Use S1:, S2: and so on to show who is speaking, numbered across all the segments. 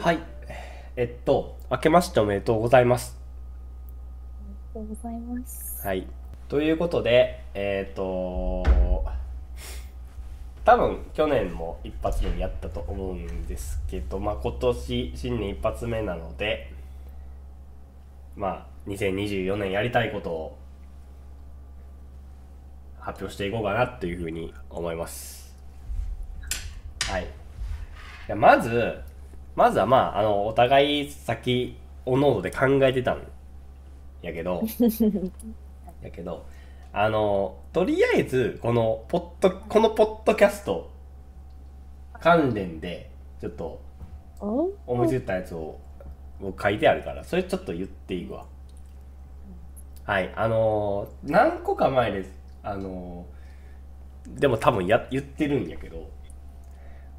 S1: はい。えっと、明けましておめでとうございます。
S2: ありがとうございます。
S1: はい。ということで、えっと、多分去年も一発目にやったと思うんですけど、まあ今年新年一発目なので、まあ2024年やりたいことを発表していこうかなというふうに思います。はい。いやまず、まずはまあ、あの、お互い先、おのおので考えてたんやけど、やけど、あの、とりあえず、この、ポッド、このポッドキャスト関連で、ちょっと
S2: お
S1: 思いついたやつをを書いてあるから、それちょっと言っていくわ。はい、あのー何個か前です。あのーでも多分や言ってるんやけど、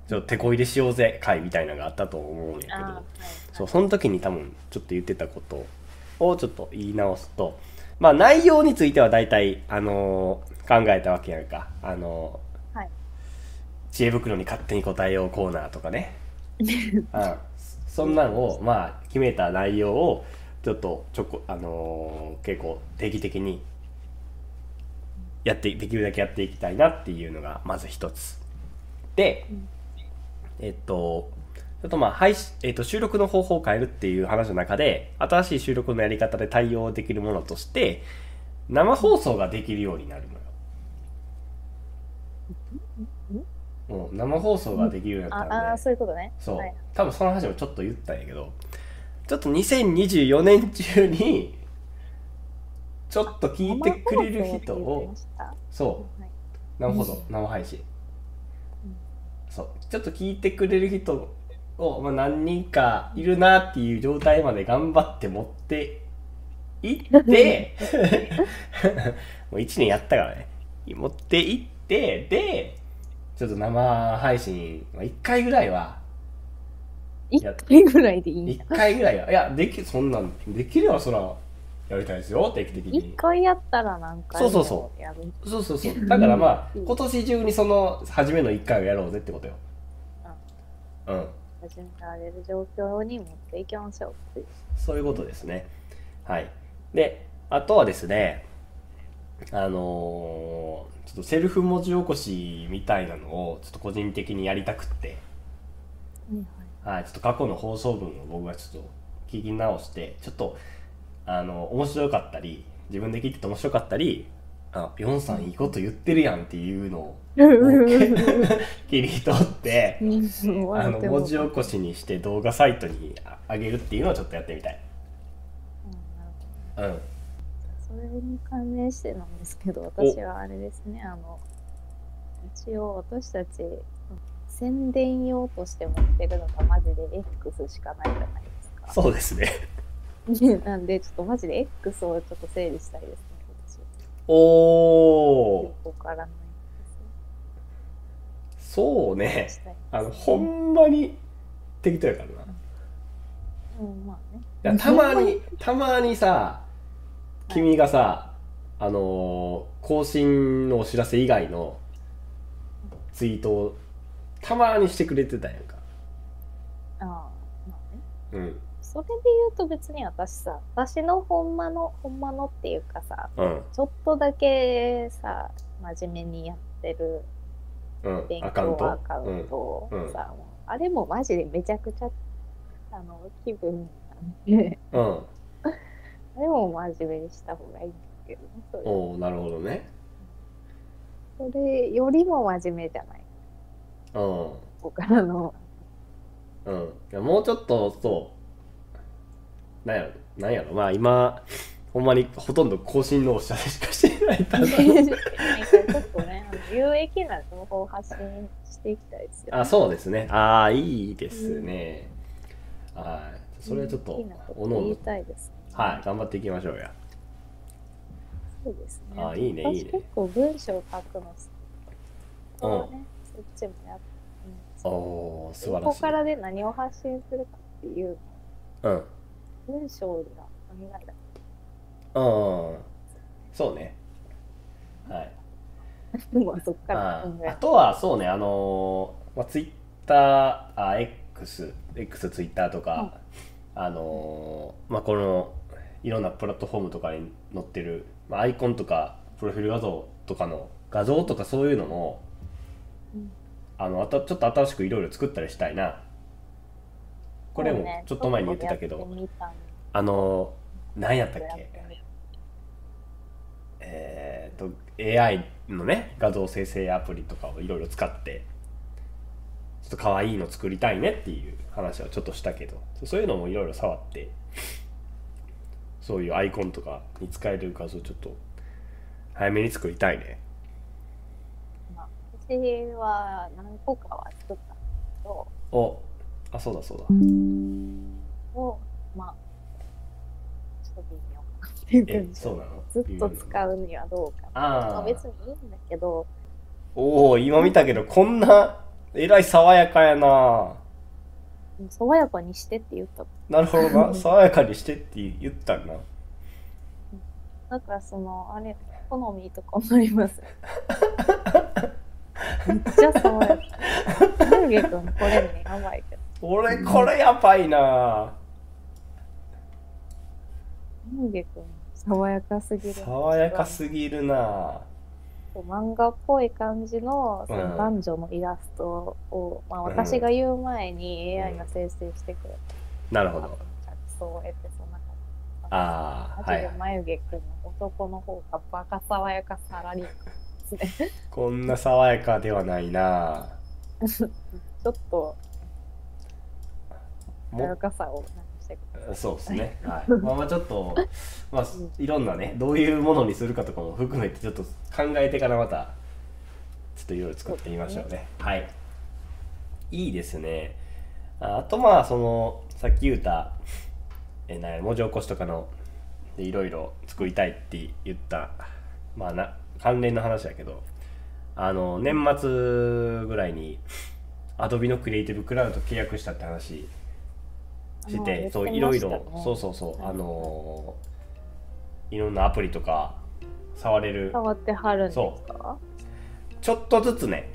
S1: ちょっと手こ入れしようぜ会みたいなのがあったと思うんやけ
S2: あ
S1: ど、そう、その時に多分ちょっと言ってたことをちょっと言い直すと、まあ内容については大体、あのー考えたわけやんか。あのー
S2: はい
S1: 知恵袋に勝手に答えようコーナーとかね。
S2: ー
S1: うん、そんなんを、まあ、決めた内容をちょっとちょこ、あのー結構定期的にやってできるだけやっていきたいなっていうのがまず一つで
S2: うん
S1: えっとちょっとまあ配信、えっと、収録の方法を変えるっていう話の中で新しい収録のやり方で対応できるものとして生放送ができるようになるのよ。もう生放送ができるようにな
S2: あ
S1: ったので、
S2: あー、そういうことね。
S1: そう、
S2: はい
S1: 多分その話もちょっと言ったんやけどちょっと2024年中にちょっと聞いてくれる人をそ
S2: はいう
S1: なるほど生配信
S2: うん
S1: そうちょっと聞いてくれる人を、まあ、何人かいるなっていう状態まで頑張って持っていって もう1年やったからね持っていってでちょっと生配信1回ぐらいは
S2: 一回ぐらいでいいん
S1: 一
S2: だ。
S1: 回ぐらいは、いや、でき、そんなん、できればそら、やりたいですよ、定期的
S2: 一
S1: に。
S2: 回やったら何回
S1: そうそうそ
S2: やる
S1: そうそうそう。だからまあ、
S2: うん
S1: 今年中にその、初めの一回をやろうぜってことよ。うん。
S2: 始められる状況に持っていきましょうっていう。
S1: そういうことですね。はい。で、あとはですね、あのーちょっとセルフ文字起こしみたいなのを、ちょっと個人的にやりたくって、はい、ちょっと過去の放送分を僕がちょっと聞き直してちょっとあの面白かったり自分で聞いてて面白かったりあビョンさんいいこと言ってるやんっていうのを切り取ってあの文字起こしにして動画サイトにあげるっていうのをちょっとやってみたい。うん、
S2: それに関連してなんですけど、私はあれですね、あの、一応私たち、宣伝用として持ってるのがマジで X しかないじゃないですか。
S1: そうですね。
S2: ね なんで、ちょっとマジで X をちょっと整理したいですね、私は。
S1: おー
S2: ここからの
S1: そうね
S2: X をしたいですね。
S1: あのほんまに適当やからな。
S2: うん、まあね。
S1: いやたまにたまにさ君がさ、あのー更新のお知らせ以外のツイートをたまにしてくれてたやんか
S2: ああ、まあね。
S1: うん
S2: それで言うと別に私さ、私のほんまの、ほんまのっていうかさ、
S1: うん
S2: ちょっとだけさ、真面目にやってる
S1: うん
S2: 勉
S1: アカウン
S2: 強ア
S1: ト
S2: カウントを
S1: うんうん
S2: さ、もうあれもマジでめちゃくちゃ、あの、気分なんで、
S1: うん
S2: あれも真面目にした方がいいんだけどね、それ
S1: おおなるほどね
S2: それよりも真面目じゃない。
S1: うん
S2: ここからの。
S1: うんいやもうちょっとそうなんやろなんやろまあ今ほんまにほとんど更新のお知らせしかして ないから
S2: なんかちょっとね、あの有益な情報を発信していきたいですよ、
S1: あそうですねああいいですね、はいそれはちょっと
S2: 有益なこ
S1: お
S2: と
S1: のお
S2: 言い
S1: の
S2: たいです、ね。
S1: はい、頑張っていきましょうや。
S2: そうですね。
S1: あいいねいい
S2: 私
S1: ね
S2: 結構文章を書くの
S1: うん
S2: 好きね。そっちもやって
S1: おおー、素
S2: こ
S1: 晴ら
S2: こ
S1: しい。
S2: からで何を発信するかっていう
S1: うん。うん。
S2: 文章がお願いだ。
S1: そうね。はい。
S2: でもそっから
S1: あ
S2: 考
S1: ーあ
S2: え
S1: とは、そうね、あのーまあ、ツイッター、あ、 X、X、Twitter とか、あのーまあ、このいろんなプラットフォームとかに載ってる、まあ、アイコンとかプロフィール画像とかの画像とかそういうのも
S2: うん
S1: あのあたちょっと新しくいろいろ作ったりしたいなこれもちょっと前に言ってたけど、
S2: そうねちょっとやってみたん
S1: あのー何やったっ
S2: だ
S1: け
S2: けど
S1: えー、と AI のね画像生成アプリとかをいろいろ使ってちょっと可愛いの作りたいねっていう話はちょっとしたけどそういうのもいろいろ触ってそういうアイコンとかに使える画像ちょっと早めに作りたいね
S2: まあ私は何個かは作ったんですけど、
S1: おあそうだそうだ
S2: を、まあ、ちょっと微妙かなっていう
S1: え
S2: 感じ。
S1: そうなの
S2: ずっと使うにはどうかな。ま
S1: あ
S2: あ、
S1: あ
S2: 別にいいんだけど、
S1: おお今見たけどこんなえらい爽やかやな
S2: 爽やかにしてって言った。
S1: なるほど な爽やかにしてって言ったんな
S2: だからその、あれ、好みとかもあります。 めっちゃ爽やか。ルゲ君これね、やばいけど。
S1: 俺これやばいな
S2: ルゲ君爽やかすぎる。
S1: 爽やかすぎるな
S2: 漫画っぽい感じのそ
S1: うん
S2: の男女のイラストを、まあ、
S1: うん
S2: 私が言う前に
S1: うん
S2: AI が生成してくれ
S1: なる
S2: た
S1: ほ
S2: から、
S1: ど
S2: 着想を得てそんな感
S1: ああ
S2: じ
S1: は
S2: マジで
S1: い
S2: 眉毛くんの男の方がバカ爽やかサラリーマンですね
S1: こんな爽やかではないな
S2: ちょっと爽や
S1: も
S2: かさをなんかしてくれ
S1: そうですねはいまあまあちょっとまあいろんなねどういうものにするかとかも含めてちょっと考えてからまたちょっといろいろ作ってみましょうねはいいいですねああとまあそのさっき言ったえーなんや文字起こしとかのでいろいろ作りたいって言ったまあな関連の話だけどあの年末ぐらいにアドビのクリエイティブクラウドと契約したって話して
S2: あー
S1: て
S2: 言って
S1: そう
S2: ま
S1: いろい
S2: した
S1: ろ
S2: ね
S1: そうそうそうあのーいろんなアプリとか触れる
S2: 触ってはるんですか
S1: ちょっとずつね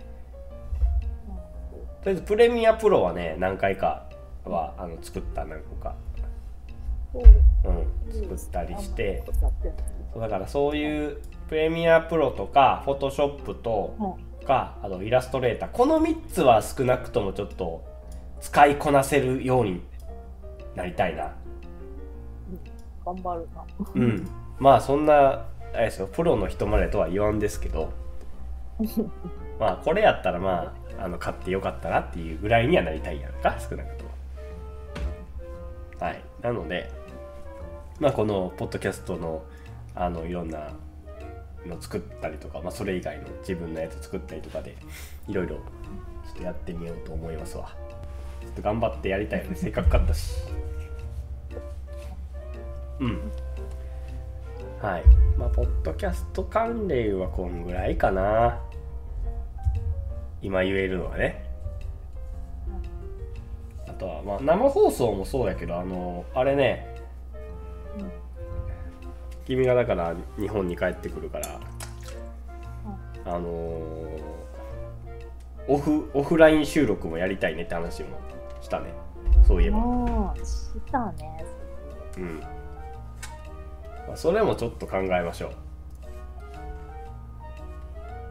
S1: とりあえずプレミアプロはね何回かはあの作った何個か、
S2: うん
S1: うん、
S2: そう
S1: 作ったりして
S2: あんまり使ってない
S1: そうだからそういうプレミアプロとかフォトショップと
S2: うん
S1: かあとイラストレーターこの3つは少なくともちょっと使いこなせるようになりたいな
S2: 頑張るな
S1: うんまあそんなあれですよプロの人までとは言わんですけどまあこれやったらまああの買ってよかったなっていうぐらいにはなりたいやんか少なくともはいなのでまあこのポッドキャストのあのいろんなの作ったりとか、まあ、それ以外の自分のやつ作ったりとかでいろいろちょっとやってみようと思いますわちょっと頑張ってやりたいよねせっかく買ったしうんはい。まあ、ポッドキャスト関連はこんぐらいかな。今言えるのはね。あとは、まあ、生放送もそうやけど、あの、あれね、
S2: うん
S1: 君がだから日本に帰ってくるから、あのーオフ、オフライン収録もやりたいねって話もしたね。そういえば。
S2: もうしたね
S1: うん、まあそれもちょっと考えましょう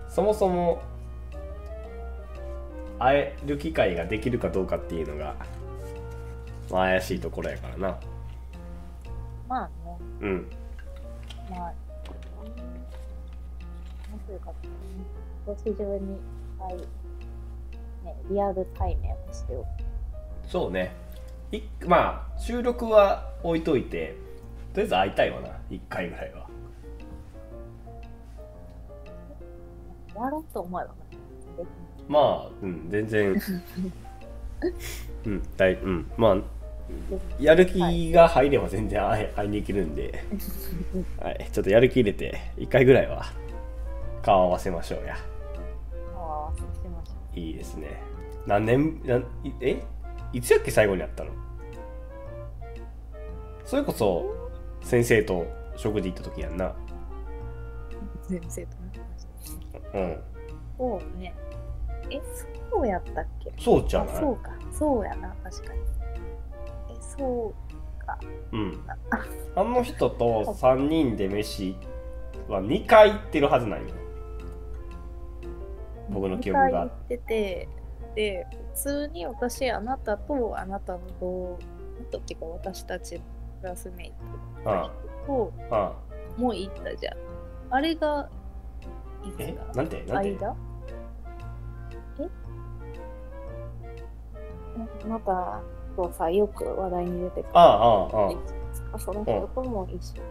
S1: そもそも会える機会ができるかどうかっていうのが、まあ、怪しいところやからな
S2: まあね
S1: うん
S2: まあ、なんというか、今年中に、はい、ね、リアル対面をしておく。
S1: そうねいまあ収録は置いといてとりあえず会いたいわな1回ぐらいは
S2: やろうと思えばね、でき
S1: まあうん全 然うんだいうんまあ
S2: る
S1: やる気が入れば全然会え会いに行けるんで、はい、ちょっとやる気入れて、1回ぐらいは顔合わせましょうや。
S2: 顔合わせしましょ
S1: いいですね。何年、なんいえいつやっけ最後に会ったのそれこそ先生と食事行った時やんな。
S2: う。全生と話し
S1: うん。
S2: そうね。え、そうやったっけ
S1: そうじゃない
S2: あそうか、そうやな、確かに。え、そう、
S1: うんあの人と3人で飯は2回行ってるはずなんよ僕の記憶
S2: 二
S1: が
S2: 回行ってて、で、普通に私、あなたとあなたの同、あなたっていうか私たちクラスメイトの人と、
S1: あ
S2: もう行ったじゃん。あれが、いつ
S1: え
S2: だ
S1: なんてなんて
S2: 間ええまたこうさよく話題に出てくる
S1: あああああ
S2: あその人とも一緒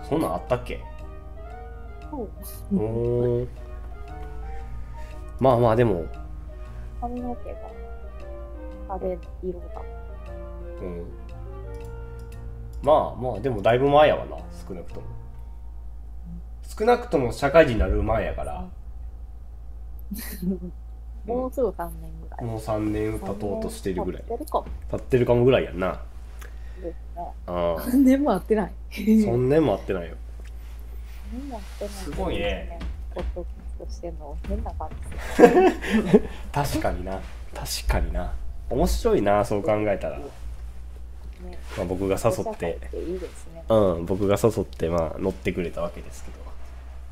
S1: あそんなんあったっけう
S2: に、うん、
S1: ーんまあまあでも、
S2: 髪の毛が壁色だ
S1: うん、まあまあでもだいぶ前やわな少なくとも少なくとも社会人になる前やから、
S2: もうすぐ3年ぐらい
S1: もう3年経とうとしてるぐらい
S2: やるかも
S1: 経ってるかもぐらいやんな
S2: ですね
S1: ああ
S2: 3年も会ってない
S1: そん年もあってないよ
S2: 何も会ってない
S1: すごいね
S2: ポッドキャストしてんの変な感じで
S1: 確
S2: す
S1: かにな確かにな面白いなそう考えたら、
S2: るね
S1: まあ、僕が誘って
S2: 社会っていいですね
S1: うん僕が誘ってまあ乗ってくれたわけですけど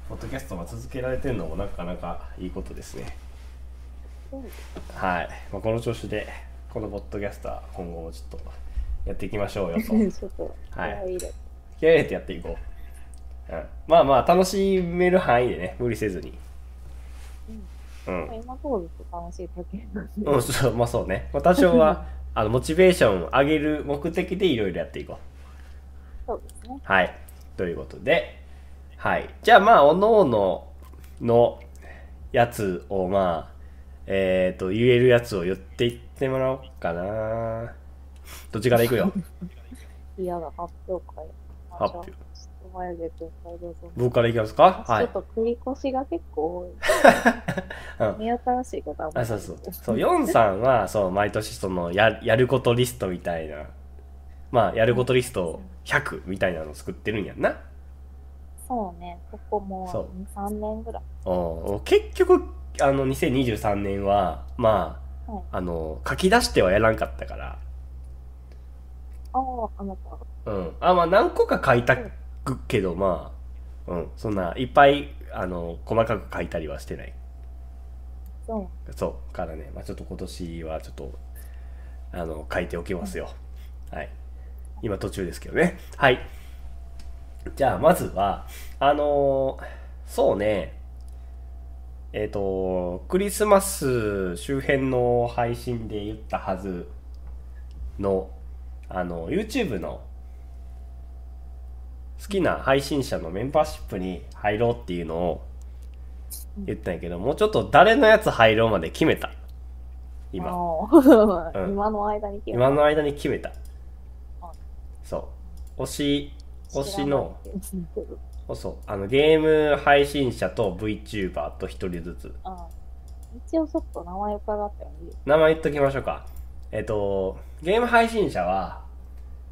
S1: ポッドキャストが続けられてるのもなかなかいいことですね
S2: うん
S1: はい、まあ、この調子でこのポッドキャストは今後もちょっとやっていきまし ょうよと
S2: ちょっと、
S1: はい
S2: いです
S1: 気合い入れてやっていこう、うん、まあまあ楽しめる範囲でね無理せずに
S2: うん
S1: うん
S2: まあ今どうですか楽しい時なんで
S1: うん、そうまあそうね、まあ、多少 はあのモチベーションを上げる目的でいろいろやっていこ
S2: そうですね。
S1: う。はい。ということで、はい。じゃあまあ、おのおののやつをまあ、えっ、と、言えるやつを言っていってもらおうかな。どっちからいくよ。
S2: 嫌だ、発表会。
S1: 発表
S2: ちょっと前で公開どうぞ。
S1: 僕からいきますかは
S2: ちょ
S1: い
S2: っ。と繰り越しが結構
S1: う
S2: 多い。
S1: ん
S2: 目新しいことは
S1: あそうそうそうヨンさんはそう毎年そのややることリストみたいなまあやることリスト100みたいなの作ってるんやんな
S2: そうね、ここ
S1: そ
S2: も
S1: う
S2: う3年ぐらい。
S1: お結局あの2023年はまあ,、
S2: はい
S1: あの書き出してはやらんかったから、
S2: ああ、あなた。
S1: うん、あまあ何個か書いたくけどまあ、うん、そんないっぱいあの細かく書いたりはしてない
S2: そう。
S1: そうからね、まあ、ちょっと今年はちょっとあの書いておきますよ、はい今途中ですけどねはいじゃあまずはあのーそうねえっ、とクリスマス周辺の配信で言ったはずのあの YouTube の好きな配信者のメンバーシップに入ろうっていうのを言ったんやけどもうちょっと誰のやつ入ろうまで決めた今
S2: ああ
S1: うん
S2: 今の間に決め
S1: 今の間に決めた
S2: あ
S1: そう推し推しの
S2: 知らないけど
S1: そうそうあのゲーム配信者と VTuber と1人ずつ
S2: ああ一応ちょっと名前伺ったよね。
S1: 名前言っときましょうかえっ、とゲーム配信者は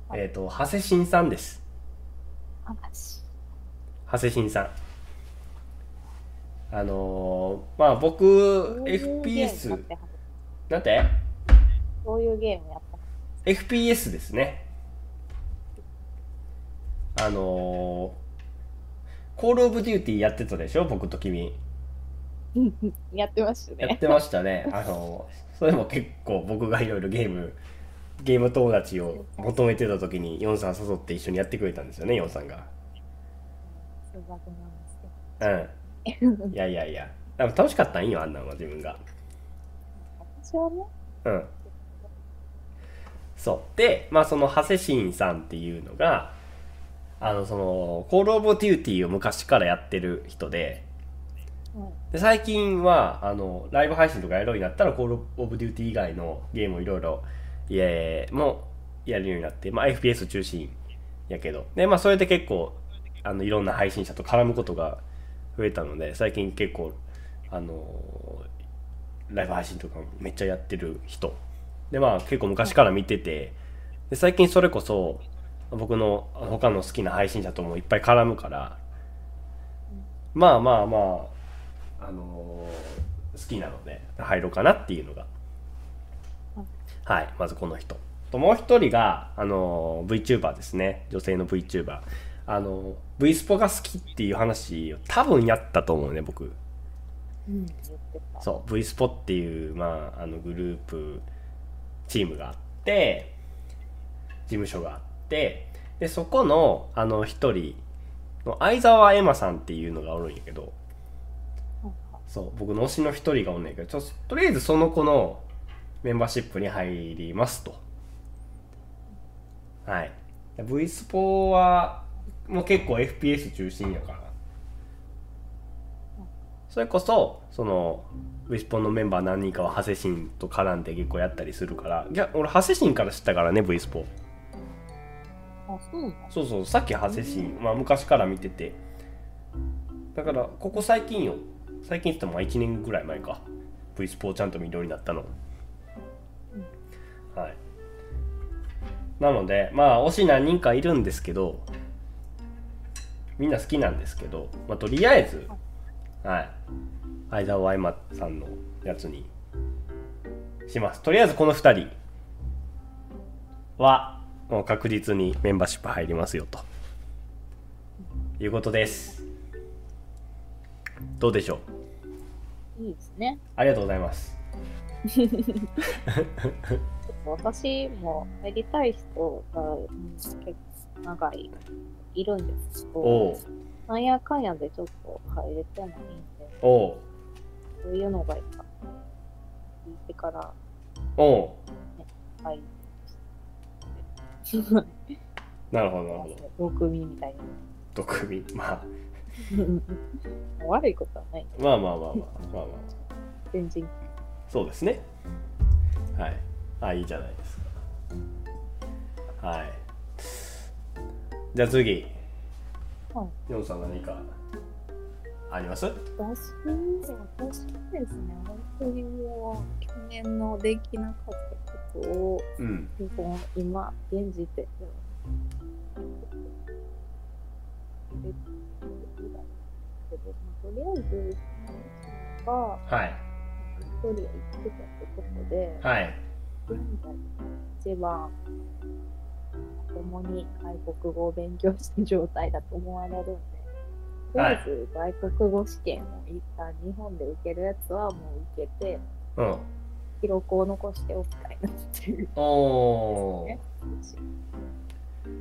S2: はい
S1: えっ、と長谷慎さんです
S2: あマジ
S1: 長谷慎さんあのーまあ僕
S2: どういうゲー
S1: FPS
S2: ムやってはる
S1: なんて
S2: どういうゲームやった
S1: FPS ですねあのー、コールオブデューティーやってたでしょ僕と君
S2: のやってました
S1: やっ
S2: ね。
S1: てましたねあのーそれも結構僕がいろいろゲームゲーム友達を求めてた時にヨンさん誘って一緒にやってくれたんですよねヨンさんが
S2: 数学なんですけど。
S1: うんいやいやいやでも楽しかったんよあんなんは自分が
S2: 私はね、
S1: うんそうでまあその長谷慎さんっていうのがあのそのコール・オブ・デューティーを昔からやってる人で
S2: うん、
S1: で最近はあのライブ配信とかやるようになったらコール・オブ・デューティー以外のゲームをいろいろえーもやるようになって、まあ、FPS 中心やけどでまあそれで結構あのいろんな配信者と絡むことが増えたので最近結構あのライブ配信とかもめっちゃやってる人でまあ結構昔から見ててで最近それこそ僕の他の好きな配信者ともいっぱい絡むからまあまあまああのーきなので入ろうかなっていうのが
S2: うん
S1: はいまずこの人ともう一人があの VTuber ですね女性の VTuber あの V スポが好きっていう話を多分やったと思うね僕
S2: うん、言ってた。
S1: そう V スポっていう、まあ、あのグループチームがあって事務所があってでそこのあの一人の相沢エマさんっていうのがおるんやけど
S2: はいは
S1: そう僕の推しの一人がおんねんけどちょとりあえずその子のメンバーシップに入りますとはい V スポはもう結構 FPS 中心やからそれこそそのウィスポンのメンバー何人かはハセシンと絡んで結構やったりするからいや俺ハセシンから知ったからね V スポ
S2: いあ、そうなの
S1: そうそうさっきハセシン、まあ、昔から見ててだからここ最近よ最近って言っても1年ぐらい前か V スポをちゃんと見るようになったのはいなのでまあ推し何人かいるんですけどみんな好きなんですけど、まあ、とりあえずはい相沢愛馬さんのやつにしますとりあえずこの2人はもう確実にメンバーシップ入りますよということですどうでしょう
S2: いいですね。
S1: ありがとうございます
S2: ちょっと私も入りたい人が、うん結構長い、いるんですけ
S1: おう
S2: ど、なんやかんやでちょっと入れてもいいんで、
S1: おう
S2: そういうのがいいか。聞いてから
S1: おう
S2: 入る。
S1: なるほどなるほど
S2: 毒味みたい
S1: 毒味まあ
S2: な。悪いことはない。
S1: まあまあまあまあまあまあ
S2: 全然。
S1: そうですねはいあいいじゃないですかはいじゃあ次
S2: はい
S1: ヨンさん何かあります
S2: 私、私ですね、本当にもう、去年のできなかったことを、
S1: うん
S2: もう今、現時点では。できないけどまあとりあえず、その人
S1: はい
S2: が一人で行ってたってことで、
S1: はい
S2: 現在、一番、共に外国語を勉強した状態だと思われるんで、とりあえず外国語試験を一旦日本で受けるやつはもう受けて、
S1: うん
S2: 記録を残しておきたいなっていう。
S1: おおー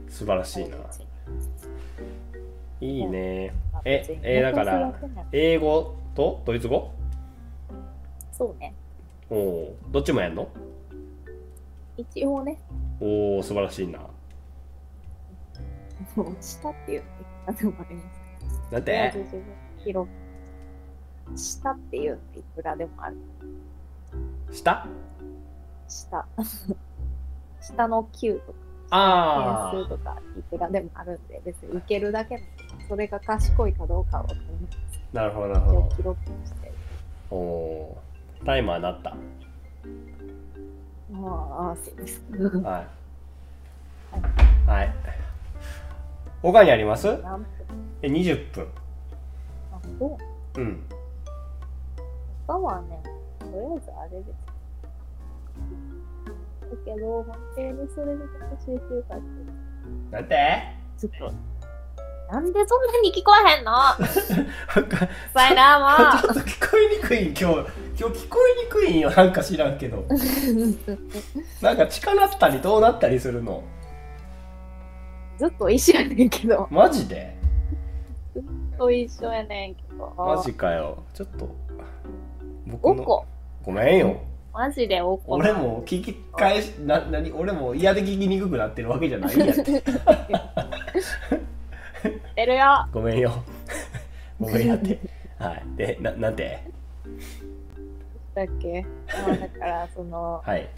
S1: 素晴らしい な
S2: はい
S1: いいね
S2: あ
S1: え
S2: 全
S1: えだから
S2: 残すわけない
S1: 英語とドイツ語
S2: そうね。
S1: おおーどっちもやんの
S2: 一応ね、
S1: おお素晴らしいな
S2: もうしたっていうのでいくらでもあります。
S1: なん
S2: とりあえず
S1: て
S2: 自分記録したっていうのでいくらでもある。
S1: した
S2: 下。下の9とか。
S1: あ
S2: 点数とかいくらでもあるんで、別に受けるだけの、それが賢いかどうかを考
S1: あなるほどなる
S2: えて
S1: ほ
S2: 記録して、
S1: どおータイマーなった
S2: まあ、そうです。
S1: はいはい他にあります
S2: なんて
S1: え20分
S2: あと、
S1: うん
S2: 他はね、とりあえずあれです。だけど、本当にそれで集中かって、
S1: なんて
S2: ちょっと。なんでそんなに聞こえへんの
S1: なんか
S2: さいな
S1: ちょっと聞こえにくい今日今日聞こえにくいんよなんか知らんけど
S2: もう
S1: なんか近なったりどうなったりするの
S2: ずっと一緒やねんけど。
S1: マジで
S2: ずっと一緒やねんけど。
S1: マジかよちょっと僕
S2: お
S1: の
S2: こ。
S1: ごめんよ
S2: マジでおこな
S1: 俺も聞き返しな何俺も嫌で聞きにくくなってるわけじゃないやん
S2: てるよ。
S1: ごめんよ ごめんやってはいでななんて
S2: だっけまあだからその
S1: はい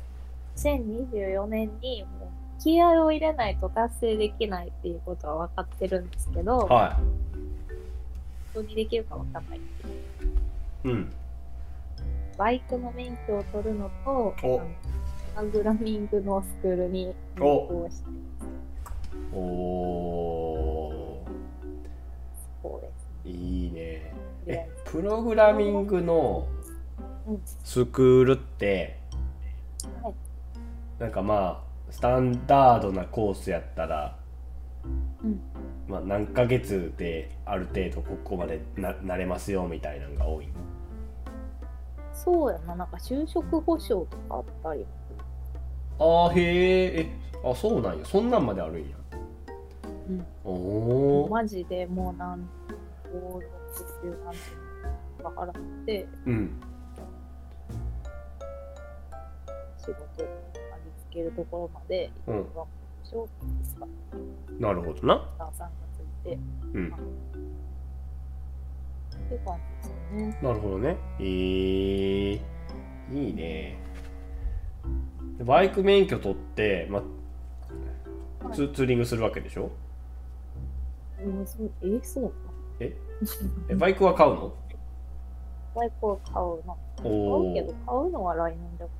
S2: 2024年にもう気合を入れないと達成できないっていうことは分かってるんですけど本
S1: は
S2: 当にできるか分かんない
S1: いうん
S2: バイクの免許を取るのと
S1: お
S2: あのプログラミングのスクールに入校したい
S1: おお
S2: そうです
S1: ーいいね
S2: とりあ
S1: え
S2: えず
S1: プログラミングの
S2: うん
S1: スクールって
S2: はい
S1: なんかまあスタンダードなコースやったら、
S2: うん
S1: まあ、何ヶ月である程度ここまでななれますよみたいなのが多い
S2: そうやな、なんか就職保障とかあったり。
S1: あーへーえあそうなんやそんなんまであるんや
S2: うん
S1: おおー
S2: マジでもうなん、五六九なんて、わからなくて、
S1: うん
S2: 仕事をありつけるところまで、
S1: うん
S2: わしょうですか。
S1: なるほどな
S2: さんがついて、
S1: うん
S2: って感じですよね。
S1: なるほどねえー、いいねでバイク免許取って、まあ、ツツーリングするわけでしょ
S2: うん、そうえ、そうか。
S1: ええバイクは買うの
S2: バイクを買うの。
S1: お
S2: 買う
S1: お
S2: けど、買うのは来年だか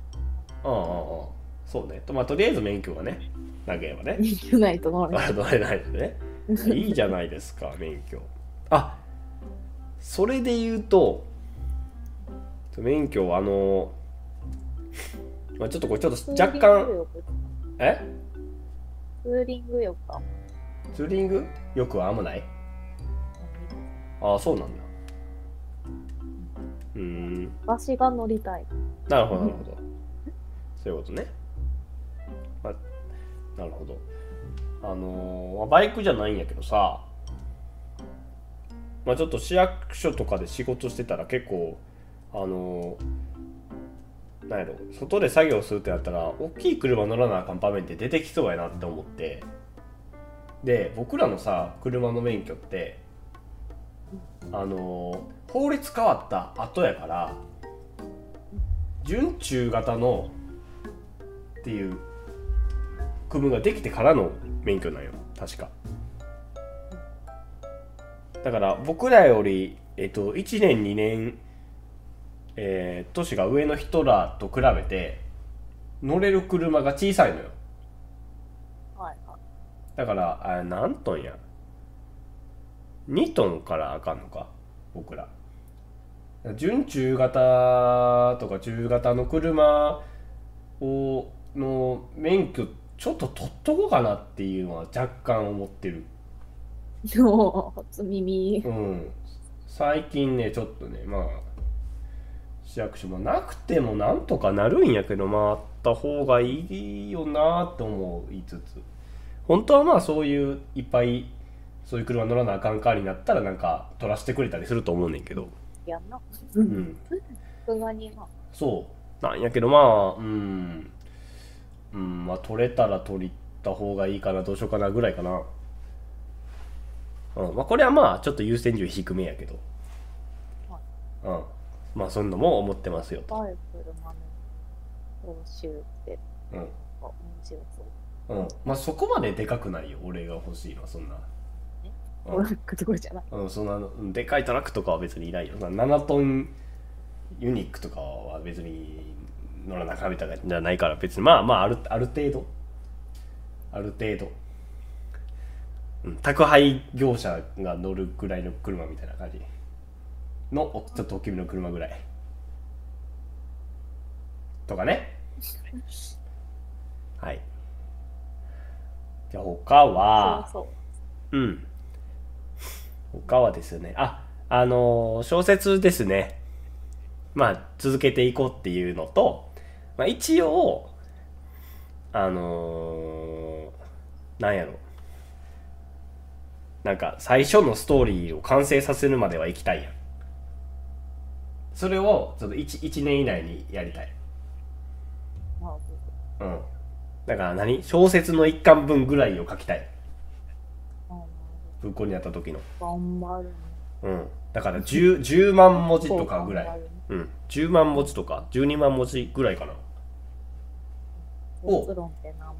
S1: ああああそうねと,、まあ、とりあえず免許がねなければ
S2: ら。
S1: ね
S2: 人気ないと乗る。
S1: あ取れないのでねいいじゃないですか免許あそれで言うと免許あのまあちょっとこれちょっと若干え
S2: ツーリング欲か。
S1: ツーリングよくはあんまないああそうなんだうーん
S2: 私が乗りたい。
S1: なるほどなるほどそういうことね、まあ、なるほどあのーまあバイクじゃないんやけどさまあちょっと市役所とかで仕事してたら結構あのーなんやろ外で作業するってなったら大きい車乗らなあかん場面って出てきそうやなって思ってで僕らのさ車の免許ってあのー法律変わった後やから準中型のっていう区分ができてからの免許なんよ確かだから僕らより、えっと、1年2年、えー、年が上の人らと比べて乗れる車が小さいのよ
S2: はいはい。
S1: だからあ何トンや2トンからあかんのか僕ら準中型とか中型の車をの免許ちょっと取っとこうかなっていうのは若干思ってる
S2: もう、初耳。
S1: うん最近ねちょっとねまあ市役所もなくてもなんとかなるんやけどまああった方がいいよなと思いつつ本当はまあそういういっぱいそういう車乗らなあかんかになったらなんか取らせてくれたりすると思うねんけど
S2: やんな。さ
S1: うん
S2: すがにな。
S1: そうなんやけどまあうんうんまあ取れたら取りた方がいいかなどうしようかなぐらいかなうんまあこれはまあちょっと優先順位低めやけどうんまあそういうのも思ってますよと
S2: バイクの豆の報酬って、
S1: うん
S2: なんか面白そう。
S1: うんまあそこまででかくないよ俺が欲しいのはそんな
S2: トラックとかじゃない。
S1: うんそんなうんでかいトラックとかは別にいないよな7トンユニックとかは別に乗らなかみたいじゃないから別にまあまああるある程度ある程度、うん、宅配業者が乗るぐらいの車みたいな感じのおちょっと大きめの車ぐらいとかねはいじゃあ他は
S2: そう
S1: うん。他はですね、あ、あのー小説ですね。まあ、続けていこうっていうのと、まあ、一応、あのーなんやろ。なんか、最初のストーリーを完成させるまでは行きたいやん。それを、ちょっと 1, 1年以内にやりたい。
S2: そう。まあ、
S1: うん。だから何小説の一巻分ぐらいを書きたい。
S2: あの
S1: 文庫になった時の。
S2: 頑張るね。
S1: うん、だから 10, 10万文字とかぐら
S2: 頑張
S1: い、
S2: るね
S1: うん、10万文字とか12万文字ぐらいかなを
S2: 結論って何感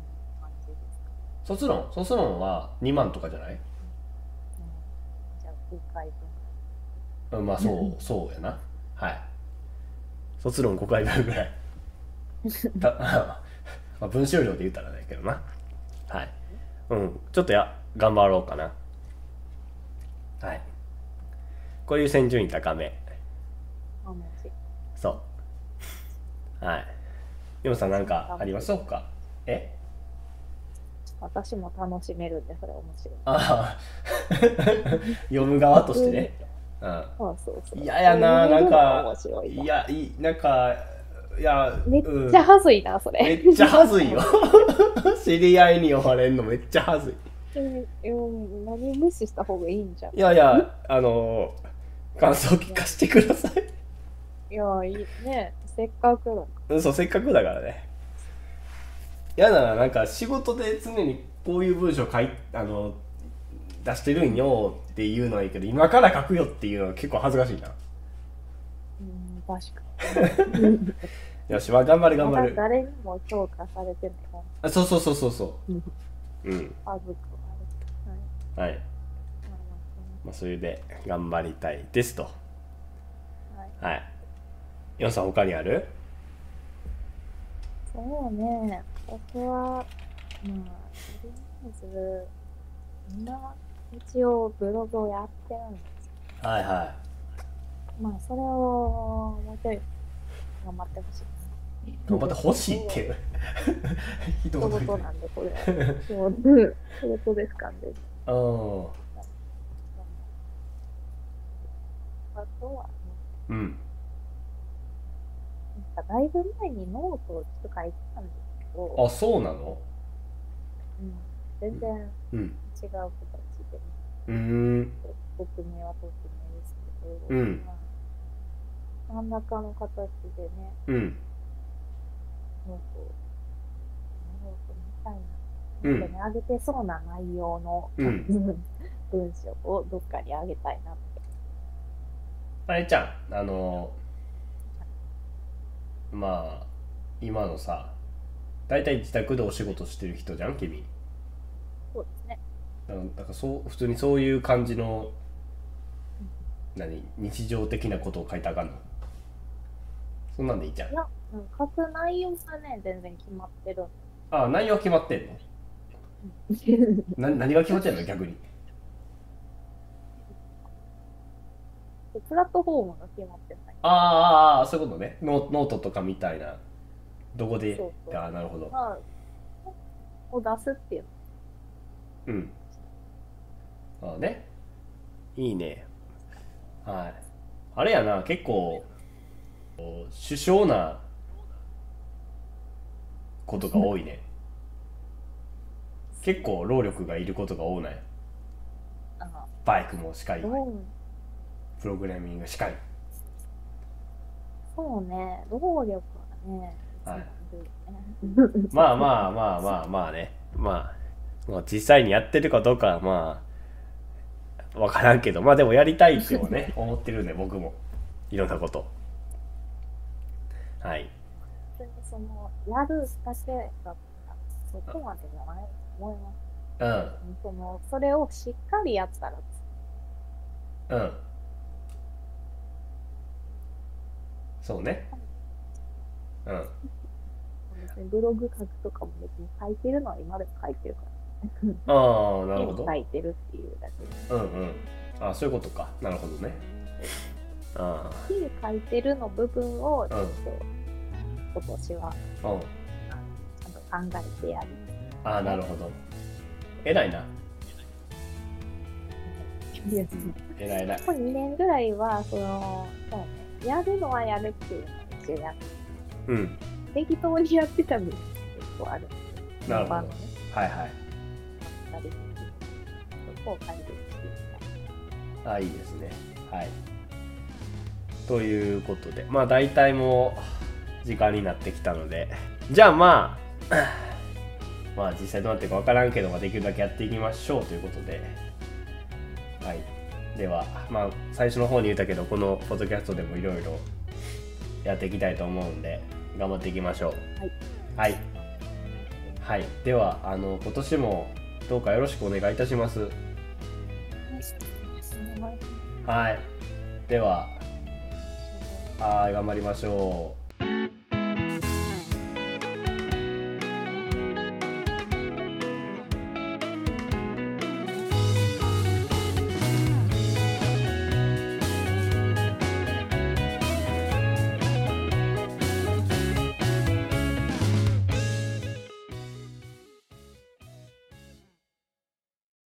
S2: じですか、
S1: 卒論卒論は2万とかじゃない
S2: うん、じゃあ、一回分。
S1: うんまあそうそうやなはい卒論5回分ぐら いたまあ文章量で言ったらだけどなはいうんちょっとや頑張ろうかなはいこういう先順位高め
S2: あ、もう
S1: そうはい。でもさんなんかありますかえ
S2: 私も楽しめるんで、それ面白い。
S1: ああ読む側としてね。うん。
S2: そうそうそう。
S1: 嫌やな
S2: そういうのが
S1: なんか
S2: 面白い
S1: いや、いいなんか、いや、
S2: めっちゃ恥ずいな、そ
S1: うん、
S2: れ。
S1: めっちゃはずいよ。 知り合いに呼ばれんのめっちゃはずい。
S2: うんうん何無視した方がいいんじゃん。
S1: いやいや、あのー感想聞かせてください。
S2: いや、いいね。せっかくの。
S1: うんそう、せっかくだからね。嫌なら、なんか仕事で常にこういう文章書い、あの、出してるんよっていうのはいいけど、今から書くよっていうのは結構恥ずかしいな。
S2: うん、確かに。うん
S1: よし、わ頑張る頑張
S2: まだ
S1: る。
S2: 誰にも評価されてないか
S1: あ
S2: ら
S1: そうそうそうそうそ
S2: うん
S1: う。うん。
S2: 恥ずくある。はい
S1: はい。まあ、それで頑張りたいですと。
S2: はい
S1: はい。ヨンさん、他にある
S2: そうね、僕は、まあ、とりあえず、今、一応ブログをやってるんですけ
S1: はいは
S2: ど、まあ、それを、もうちょい、頑張ってほしい。
S1: い。頑張ってほしいって いう。ひ
S2: 仕
S1: どい
S2: 事なんで、これは。仕事仕事ですかんで。
S1: うん。
S2: あとは、
S1: うん。
S2: なんかだいぶ前にノートをちょっと書いてたんですけど、
S1: あ、そうなの
S2: うん、全然違う
S1: うん。
S2: 形で、
S1: うーん。
S2: 匿名は匿名ですけど、
S1: うん
S2: まあ、何らかの形でね、
S1: うん。
S2: ノートを、ノートみたいな、
S1: うん
S2: ノートに上げてそうな内容の、
S1: うん。
S2: 文章をどっかに上げたいなって。
S1: あれちゃん、あのーまあ、今のさ、大体自宅でお仕事してる人じゃん、君。
S2: そうですね。
S1: だからなんかそう、普通にそういう感じの、何、日常的なことを書いたらあかんのそんなんでいいじゃん
S2: い。や、うん書く内容がね、全然決まってるん
S1: あ、内容は決まってんの
S2: で。
S1: な何が決まってんの逆に。
S2: でプラットフォームが決まってない。
S1: ああああ、ああ、そういうことね。ノノートとかみたいな。どこで
S2: そうそう
S1: ああ、なるほど。
S2: まあ、を出すっていう。
S1: うん。ああね。いいね。はい。あれやな、結構、こう首相なことが多いね。結構労力がいることが多ない。
S2: あの、
S1: バイクもしかり
S2: ど、う、
S1: プログラミングしかり。
S2: そうね、労力はね、
S1: はい
S2: 全部ね
S1: まあまあまあまあまあね。まあ、まあ、実際にやってるかどうかはまあ、わからんけど、まあでもやりたいっては ね、思ってるんで、僕も。いろんなこと。はい。
S2: 別にその、やるだけだったら、そこまでじゃないと思います。
S1: うん、
S2: その、それをしっかりやったら、
S1: うん。そうね。うん。
S2: 別にブログ書くとかも別に書いてるのは今でも書いてるから。
S1: ああ、なるほど
S2: 書。いてるっていうだけで。
S1: うんうん。ああ、そういうことか。なるほどね。あ
S2: 日々書いてるの部分を、ちょっ
S1: うん
S2: と、今年は、
S1: あ、うん。
S2: ちゃんと考えてやり
S1: ああ、なるほど。偉いな。
S2: いや
S1: 偉い偉い。
S2: ここ2年ぐらいはそのそうねやるのはやるっていうのを一応やっ
S1: うん。
S2: 適当にやってたんです結構あるんですよ
S1: なるほど
S2: ね
S1: はいはい。
S2: やり後悔でき
S1: あいいですねはいということでまあ大体もう時間になってきたのでじゃあ まあまあ実際どうなってるかわからんけど、まあ、できるだけやっていきましょうということではいではまあ最初の方に言ったけどこのポッドキャストでもいろいろやっていきたいと思うんで頑張っていきましょうはいはい、ではあの今年もどうかよろしくお願いいたします
S2: はい
S1: はいでははい、頑張りましょう。